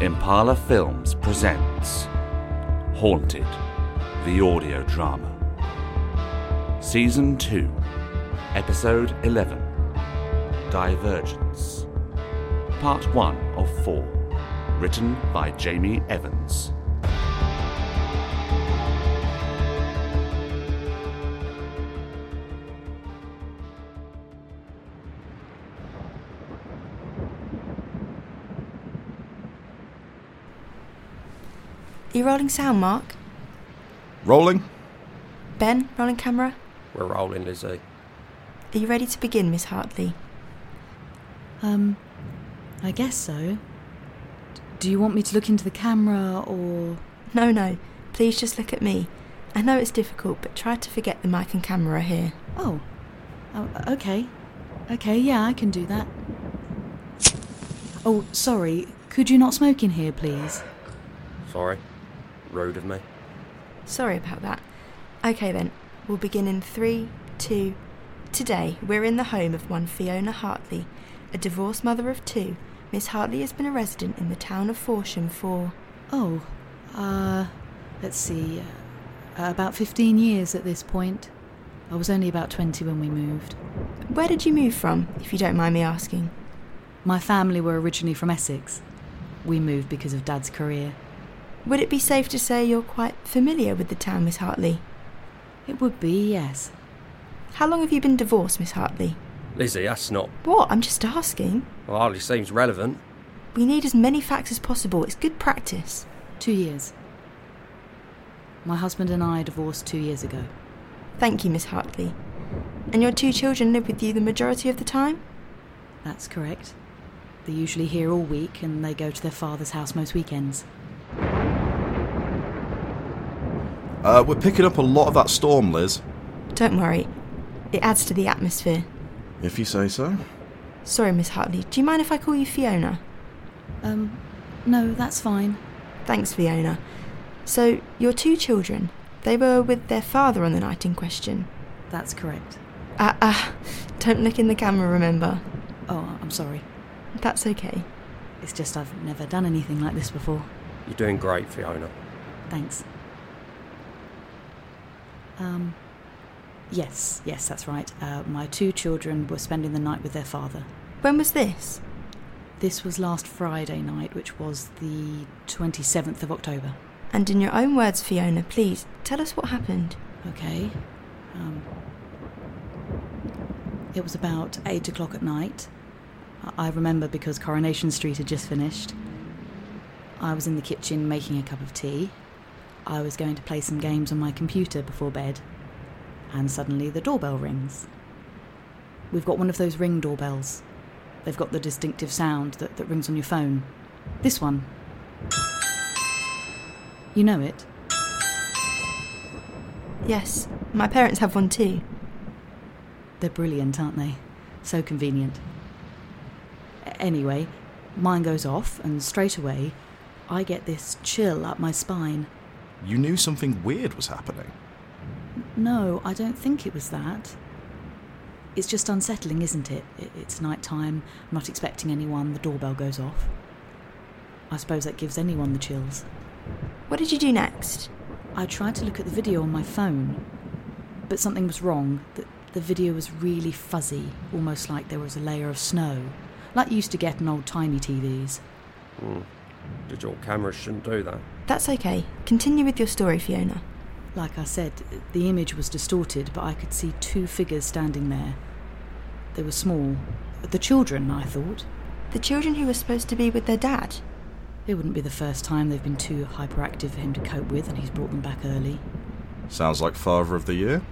Impala Films presents Haunted, the audio drama. Season 2, Episode 11 Divergence. Part 1 of 4. Written by Jamie Evans. Are you rolling sound, Mark? Rolling? Ben, rolling camera? We're rolling, Lizzie. Are you ready to begin, Miss Hartley? Um, I guess so. Do you want me to look into the camera or. No, no. Please just look at me. I know it's difficult, but try to forget the mic and camera here. Oh. oh okay. Okay, yeah, I can do that. Oh, sorry. Could you not smoke in here, please? Sorry. Rude of me. Sorry about that. Okay then, we'll begin in three, two. Today, we're in the home of one Fiona Hartley, a divorced mother of two. Miss Hartley has been a resident in the town of Forsham for. Oh, uh, let's see. Uh, about 15 years at this point. I was only about 20 when we moved. Where did you move from, if you don't mind me asking? My family were originally from Essex. We moved because of Dad's career. Would it be safe to say you're quite familiar with the town, Miss Hartley? It would be, yes. How long have you been divorced, Miss Hartley? Lizzie, that's not. What? I'm just asking. Well, hardly seems relevant. We need as many facts as possible. It's good practice. Two years. My husband and I divorced two years ago. Thank you, Miss Hartley. And your two children live with you the majority of the time? That's correct. They're usually here all week and they go to their father's house most weekends. Uh, we're picking up a lot of that storm, Liz. Don't worry. It adds to the atmosphere. If you say so. Sorry, Miss Hartley. Do you mind if I call you Fiona? Um, no, that's fine. Thanks, Fiona. So, your two children, they were with their father on the night in question. That's correct. Ah, ah. Don't look in the camera, remember. Oh, I'm sorry. That's okay. It's just I've never done anything like this before. You're doing great, Fiona. Thanks. Um, yes, yes, that's right. Uh, my two children were spending the night with their father. When was this? This was last Friday night, which was the 27th of October. And in your own words, Fiona, please tell us what happened. Okay. Um, it was about 8 o'clock at night. I- I remember because Coronation Street had just finished. I was in the kitchen making a cup of tea. I was going to play some games on my computer before bed. And suddenly the doorbell rings. We've got one of those ring doorbells. They've got the distinctive sound that, that rings on your phone. This one. You know it? Yes, my parents have one too. They're brilliant, aren't they? So convenient. A- Anyway, mine goes off, and straight away, I get this chill up my spine. You knew something weird was happening. No, I don't think it was that. It's just unsettling, isn't it? I- It's night time, I'm not expecting anyone, the doorbell goes off. I suppose that gives anyone the chills. What did you do next? I tried to look at the video on my phone, but something was wrong. The, the video was really fuzzy, almost like there was a layer of snow, like you used to get on old timey TVs. Digital Hmm. cameras shouldn't do that. That's okay. Continue with your story, Fiona. Like I said, the image was distorted, but I could see two figures standing there. They were small. The children, I thought. The children who were supposed to be with their dad. It wouldn't be the first time they've been too hyperactive for him to cope with, and he's brought them back early. Sounds like Father of the Year.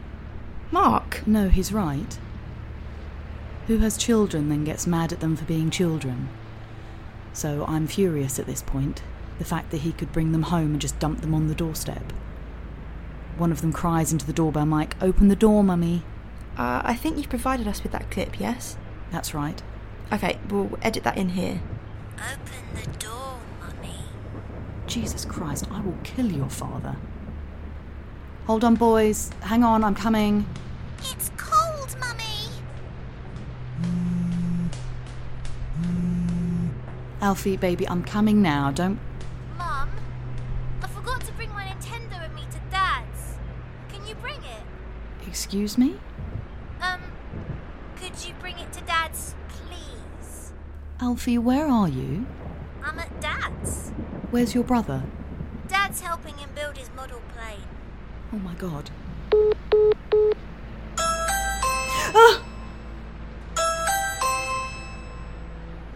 Mark, No, he's right. Who has children then gets mad at them for being children. So I'm furious at this point. The fact that he could bring them home and just dump them on the doorstep. One of them cries into the doorbell mic, Open the door, mummy. uh, I think you've provided us with that clip, yes? That's right. Okay, we'll edit that in here. Open the door, Mummy. Jesus Christ, I will kill your father. Hold on, boys. Hang on, I'm coming. It's cold, Mummy. Alfie, baby, I'm coming now. Don't. Mum, I forgot to bring my Nintendo with me to Dad's. Can you bring it? Excuse me? Um, could you bring it to Dad's, please? Alfie, where are you? I'm at Dad's. Where's your brother? Dad's helping him build his model plane. Oh my god.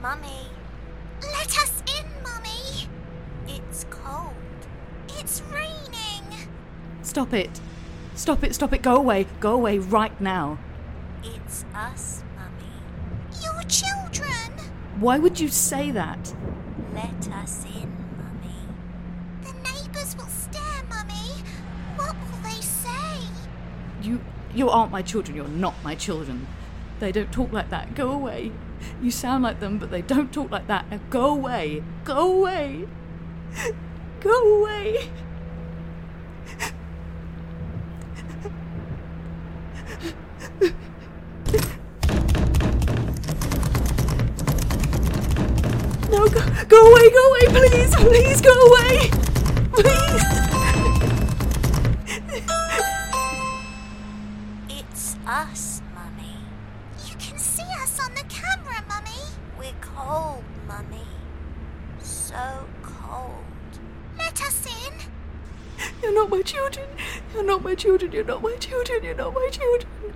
Mummy. Let us in, Mummy. It's cold. It's raining. Stop it. Stop it, stop it. Go away. Go away right now. It's us, Mummy. Your children. Why would you say that? Let us in, Mummy. The neighbours will stare, Mummy. What will they say? You you aren't my children. You're not my children. They don't talk like that. Go away. You sound like them, but they don't talk like that. Now go away. Go away. Go away. No, go, go away, go away, please, please go away. Please. It's us, Mummy. You can see us on the camera, Mummy. We're cold, Mummy. So cold. Let us in. You're not my children. You're not my children. You're not my children. You're not my children.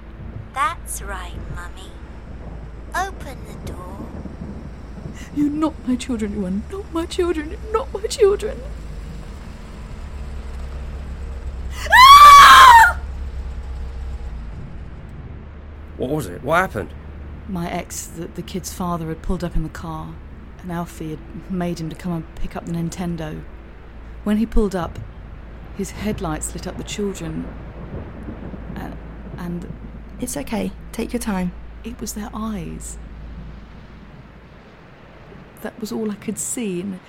That's right, Mummy. Open the door. You're not my children. You are not my children. You're not my children. Ah! Ah! What was it? What happened? My ex, the, the kid's father, had pulled up in the car, and Alfie had made him to come and pick up the Nintendo. When he pulled up, his headlights lit up the children, and, and It's okay. Take your time. it was their eyes. That was all I could see, and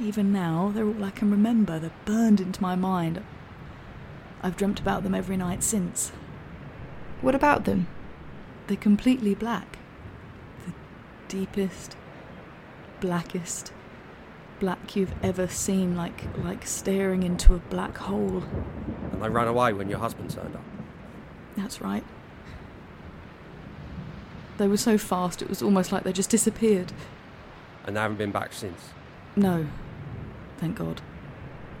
even now, they're all I can remember. They're burned into my mind. I've dreamt about them every night since. What about them? They're completely black. The deepest, blackest black you've ever seen, like like staring into a black hole. And they ran away when your husband turned up. That's right. They were so fast it was almost like they just disappeared. And they haven't been back since. No. Thank God.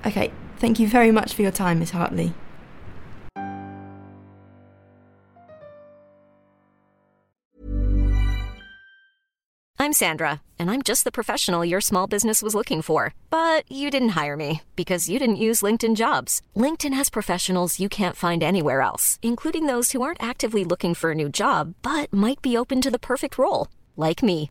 Okay, thank you very much for your time, Miss Hartley. I'm Sandra, and I'm just the professional your small business was looking for. But you didn't hire me because you didn't use LinkedIn jobs. LinkedIn has professionals you can't find anywhere else, including those who aren't actively looking for a new job but might be open to the perfect role, like me.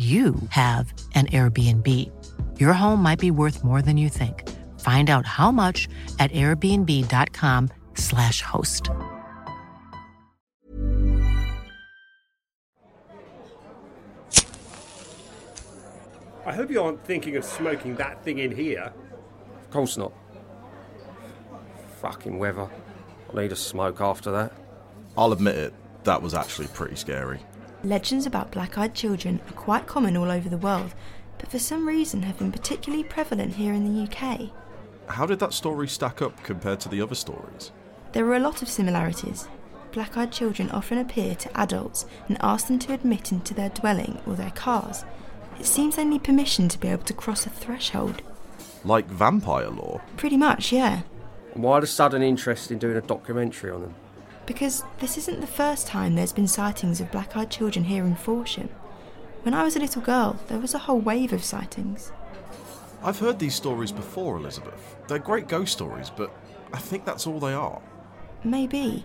you have an Airbnb. Your home might be worth more than you think. Find out how much at airbnb.com/slash host. I hope you aren't thinking of smoking that thing in here. Of course not. Fucking weather. I'll need a smoke after that. I'll admit it, that was actually pretty scary. Legends about black eyed children are quite common all over the world, but for some reason have been particularly prevalent here in the UK. How did that story stack up compared to the other stories? There are a lot of similarities. Black eyed children often appear to adults and ask them to admit into their dwelling or their cars. It seems they need permission to be able to cross a threshold. Like vampire lore? Pretty much, yeah. And why the sudden interest in doing a documentary on them? because this isn't the first time there's been sightings of black eyed children here in Forsham. When I was a little girl, there was a whole wave of sightings. I've heard these stories before, Elizabeth. They're great ghost stories, but I think that's all they are. Maybe.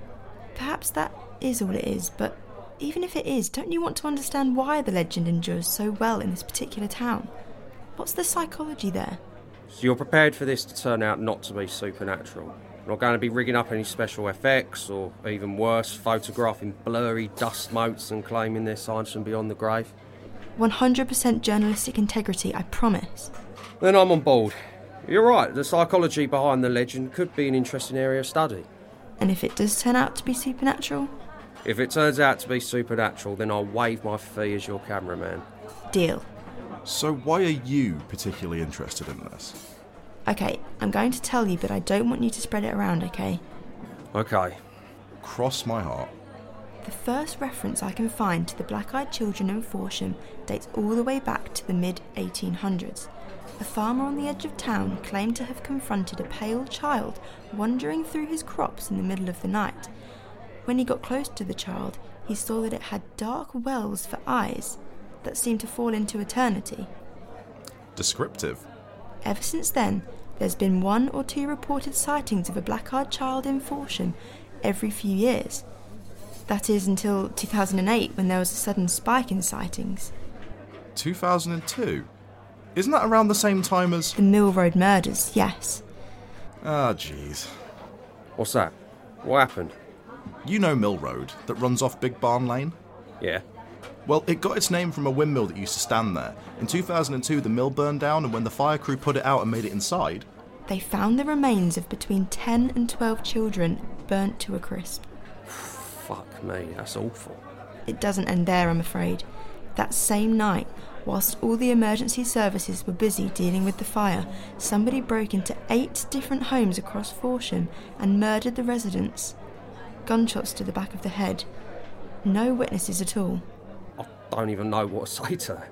Perhaps that is all it is, but even if it is, don't you want to understand why the legend endures so well in this particular town? What's the psychology there? So you're prepared for this to turn out not to be supernatural? We're not going to be rigging up any special effects or even worse, photographing blurry dust motes and claiming they're signs from beyond the grave. 100% journalistic integrity, I promise. Then I'm on board. You're right, the psychology behind the legend could be an interesting area of study. And if it does turn out to be supernatural? If it turns out to be supernatural, then I'll waive my fee as your cameraman. Deal. So, why are you particularly interested in this? Okay, I'm going to tell you, but I don't want you to spread it around, okay? Okay. Cross my heart. The first reference I can find to the black eyed children in Forsham dates all the way back to the mid 1800s. A farmer on the edge of town claimed to have confronted a pale child wandering through his crops in the middle of the night. When he got close to the child, he saw that it had dark wells for eyes that seemed to fall into eternity. Descriptive. Ever since then, there's been one or two reported sightings of a black eyed child in Forsham every few years. That is until 2008 when there was a sudden spike in sightings. 2002? Isn't that around the same time as. The Mill Road murders, yes. Ah, oh, jeez. What's that? What happened? You know Mill Road, that runs off Big Barn Lane? Yeah. Well, it got its name from a windmill that used to stand there. In 2002, the mill burned down, and when the fire crew put it out and made it inside, they found the remains of between 10 and 12 children burnt to a crisp. Fuck me, that's awful. It doesn't end there, I'm afraid. That same night, whilst all the emergency services were busy dealing with the fire, somebody broke into eight different homes across Forsham and murdered the residents. Gunshots to the back of the head. No witnesses at all don't even know what to say to that.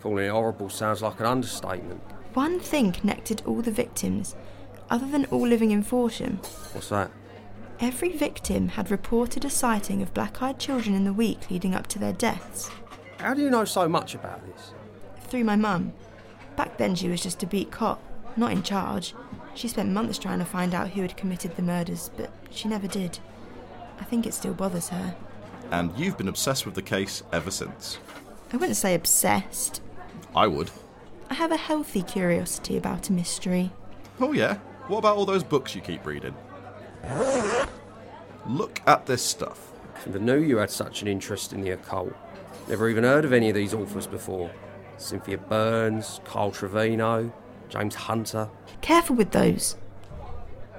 Calling it horrible sounds like an understatement. One thing connected all the victims, other than all living in Forsham. What's that? Every victim had reported a sighting of black eyed children in the week leading up to their deaths. How do you know so much about this? Through my mum. Back then, she was just a beat cop, not in charge. She spent months trying to find out who had committed the murders, but she never did. I think it still bothers her and you've been obsessed with the case ever since. I wouldn't say obsessed. I would. I have a healthy curiosity about a mystery. Oh, yeah? What about all those books you keep reading? Look at this stuff. I never knew you had such an interest in the occult. Never even heard of any of these authors before. Cynthia Burns, Carl Trevino, James Hunter. Careful with those.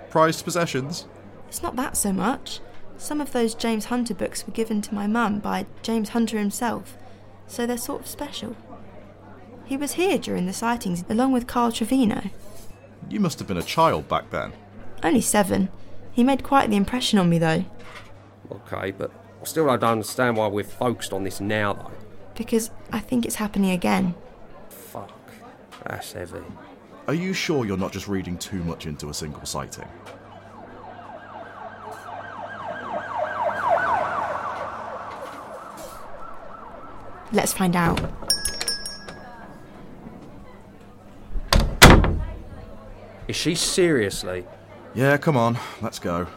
Prized possessions? It's not that so much. Some of those James Hunter books were given to my mum by James Hunter himself, so they're sort of special. He was here during the sightings along with Carl Trevino. You must have been a child back then. Only seven. He made quite the impression on me, though, Okay, but I still don't understand why we're focused on this now, though. because I think it's happening again. Fuck. That's heavy. Are you sure you're not just reading too much into a single sighting? Let's find out. Is she seriously? Yeah, come on, let's go.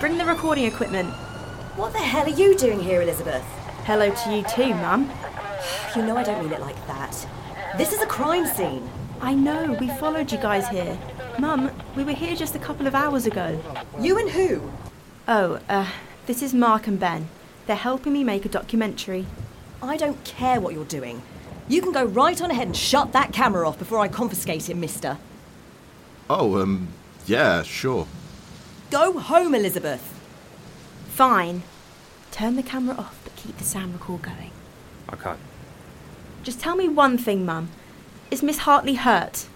Bring the recording equipment. What the hell are you doing here, Elizabeth? Hello to you too, Mum. You know I don't mean it like that. This is a crime scene. I know, we followed you guys here. Mum, we were here just a couple of hours ago. You and who? Oh, uh, this is Mark and Ben. They're helping me make a documentary. I don't care what you're doing. You can go right on ahead and shut that camera off before I confiscate it, mister. Oh, um, yeah, sure. Go home, Elizabeth. Fine. Turn the camera off, but keep the sound record going. Okay. Just tell me one thing, Mum. Is Miss Hartley hurt?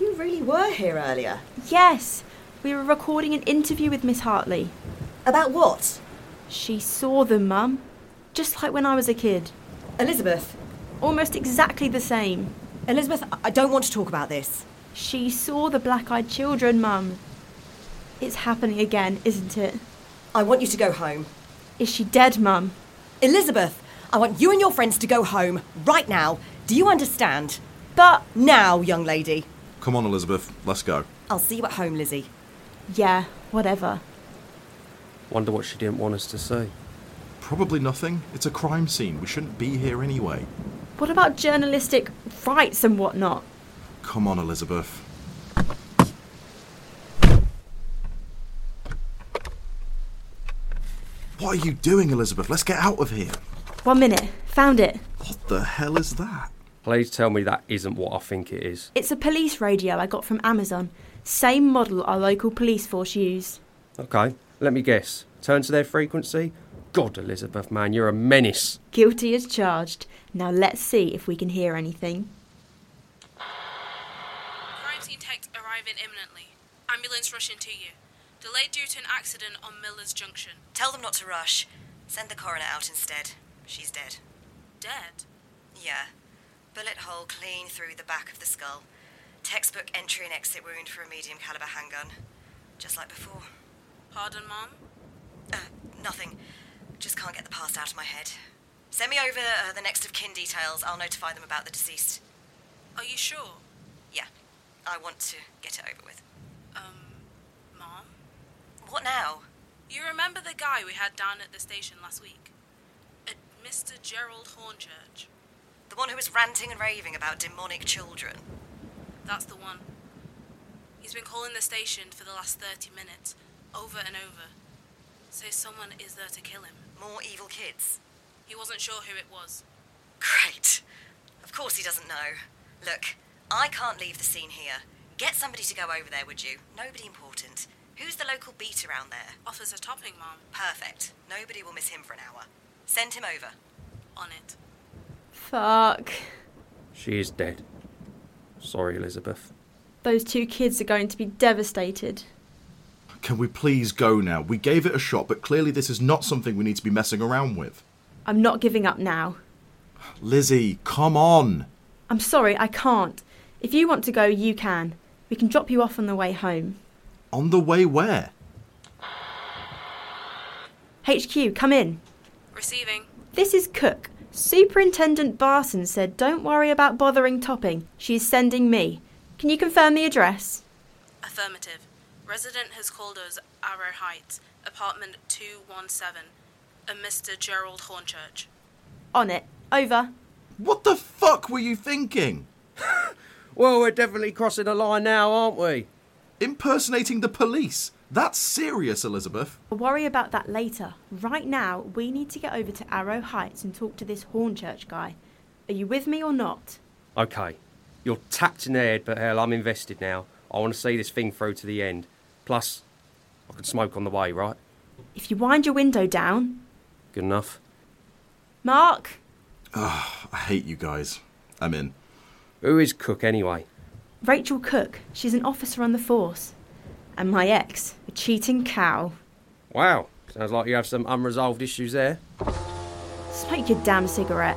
You really were here earlier. Yes, we were recording an interview with Miss Hartley. About what? She saw them, Mum. Just like when I was a kid. Elizabeth. Almost exactly the same. Elizabeth, I don't want to talk about this. She saw the black eyed children, Mum. It's happening again, isn't it? I want you to go home. Is she dead, Mum? Elizabeth, I want you and your friends to go home right now. Do you understand? But now, young lady. Come on, Elizabeth, let's go. I'll see you at home, Lizzie. Yeah, whatever. Wonder what she didn't want us to see. Probably nothing. It's a crime scene. We shouldn't be here anyway. What about journalistic rights and whatnot? Come on, Elizabeth. What are you doing, Elizabeth? Let's get out of here. One minute. Found it. What the hell is that? Please tell me that isn't what I think it is. It's a police radio I got from Amazon. Same model our local police force use. Okay, let me guess. Turn to their frequency? God, Elizabeth, man, you're a menace. Guilty as charged. Now let's see if we can hear anything. Crime scene text arriving imminently. Ambulance rushing to you. Delayed due to an accident on Miller's Junction. Tell them not to rush. Send the coroner out instead. She's dead. Dead? Yeah. Bullet hole clean through the back of the skull. Textbook entry and exit wound for a medium caliber handgun. Just like before. Pardon, Mom? Uh, nothing. Just can't get the past out of my head. Send me over uh, the next of kin details. I'll notify them about the deceased. Are you sure? Yeah. I want to get it over with. Um, Mom? What now? You remember the guy we had down at the station last week? Uh, Mr. Gerald Hornchurch. The one who was ranting and raving about demonic children. That's the one. He's been calling the station for the last 30 minutes, over and over. Says someone is there to kill him. More evil kids. He wasn't sure who it was. Great. Of course he doesn't know. Look, I can't leave the scene here. Get somebody to go over there, would you? Nobody important. Who's the local beat around there? Officer Topping, Mom. Perfect. Nobody will miss him for an hour. Send him over. On it. Fuck. She is dead. Sorry, Elizabeth. Those two kids are going to be devastated. Can we please go now? We gave it a shot, but clearly this is not something we need to be messing around with. I'm not giving up now. Lizzie, come on. I'm sorry, I can't. If you want to go, you can. We can drop you off on the way home. On the way where? HQ, come in. Receiving. This is Cook. Superintendent Barton said, Don't worry about bothering Topping. She's sending me. Can you confirm the address? Affirmative. Resident has called us Arrow Heights, apartment 217, a Mr. Gerald Hornchurch. On it. Over. What the fuck were you thinking? Well, we're definitely crossing a line now, aren't we? Impersonating the police. That's serious, Elizabeth. I'll worry about that later. Right now, we need to get over to Arrow Heights and talk to this Hornchurch guy. Are you with me or not? Okay. You're tapped in the head, but hell, I'm invested now. I want to see this thing through to the end. Plus, I can smoke on the way, right? If you wind your window down, Good enough. Mark, Ugh, Ah, I hate you guys. I'm in. Who is Cook anyway? Rachel Cook, she's an officer on the force. And my ex, a cheating cow. Wow, sounds like you have some unresolved issues there. Smoke your damn cigarette.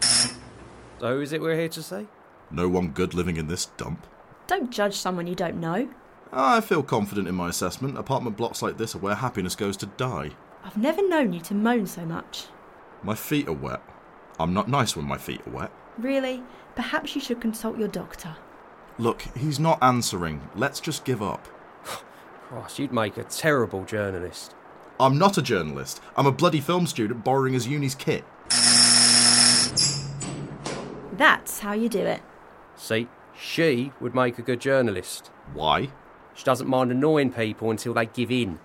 So, who is it we're here to see? No one good living in this dump. Ah, Don't judge someone you don't know. I feel confident in my assessment. Apartment blocks like this are where happiness goes to die. I've never known you to moan so much. My feet are wet. I'm not nice when my feet are wet. Really, perhaps you should consult your doctor. Look, he's not answering. Let's just give up. Christ, you'd make a terrible journalist. I'm not a journalist. I'm a bloody film student borrowing his uni's kit. That's how you do it. See, she would make a good journalist. Why? She doesn't mind annoying people until they give in.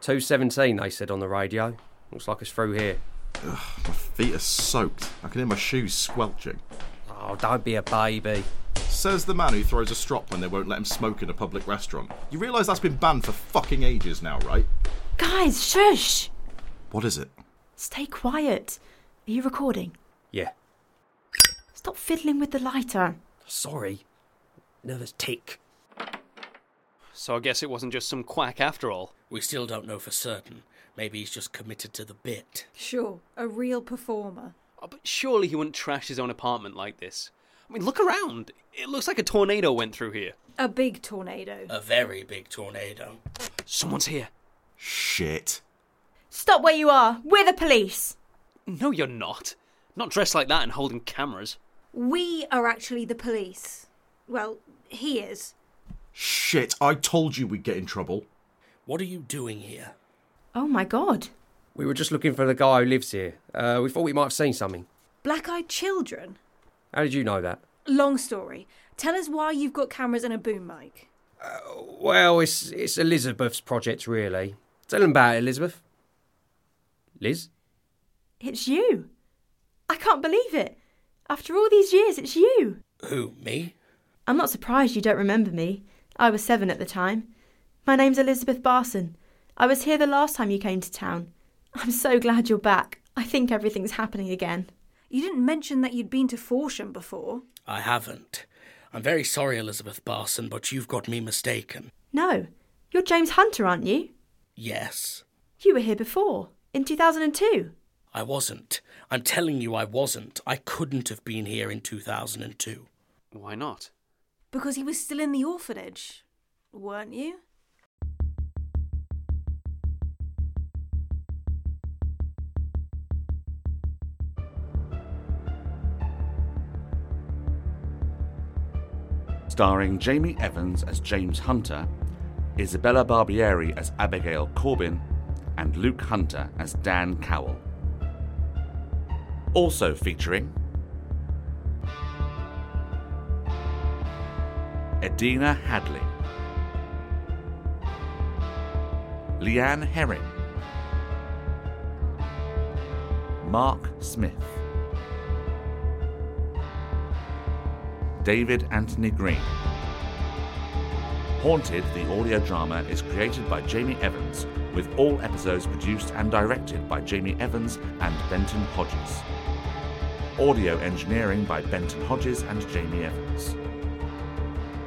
217, they said on the radio. Looks like it's through here. My feet are soaked. I can hear my shoes squelching. Oh, don't be a baby. Says the man who throws a strop when they won't let him smoke in a public restaurant. You realise that's been banned for fucking ages now, right? Guys, shush! What is it? Stay quiet. Are you recording? Yeah. Stop fiddling with the lighter. Sorry. Nervous tick. So I guess it wasn't just some quack after all. We still don't know for certain. Maybe he's just committed to the bit. Sure, a real performer. But surely he wouldn't trash his own apartment like this. I mean, look around. It looks like a tornado went through here. A big tornado. A very big tornado. Someone's here. Shit. Stop where you are. We're the police. No, you're not. Not dressed like that and holding cameras. We are actually the police. Well, he is. Shit, I told you we'd get in trouble. What are you doing here? Oh my god. We were just looking for the guy who lives here. Uh, we thought we might have seen something. Black eyed children? How did you know that? Long story. Tell us why you've got cameras and a boom mic. Well, it's it's Elizabeth's project, really. Tell them about it, Elizabeth. Liz? It's you. I can't believe it. After all these years, it's you. Who, me? I'm not surprised you don't remember me. I was seven at the time. My name's Elizabeth Barson. I was here the last time you came to town. I'm so glad you're back. I think everything's happening again. You didn't mention that you'd been to Forsham before. I haven't. I'm very sorry, Elizabeth Barson, but you've got me mistaken. No, you're James Hunter, aren't you? Yes. You were here before, in 2002. I wasn't. I'm telling you, I wasn't. I couldn't have been here in 2002. Why not? Because he was still in the orphanage, weren't you? starring Jamie Evans as James Hunter, Isabella Barbieri as Abigail Corbin, and Luke Hunter as Dan Cowell. Also featuring Edina Hadley, Leanne Herring, Mark Smith. David Anthony Green. Haunted, the audio drama, is created by Jamie Evans, with all episodes produced and directed by Jamie Evans and Benton Hodges. Audio engineering by Benton Hodges and Jamie Evans.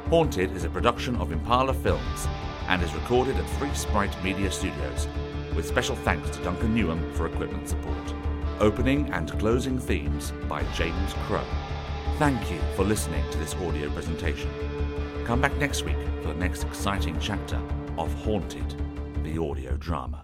Haunted is a production of Impala Films and is recorded at Free Sprite Media Studios, with special thanks to Duncan Newham for equipment support. Opening and closing themes by James Crow. Thank you for listening to this audio presentation. Come back next week for the next exciting chapter of Haunted, the audio drama.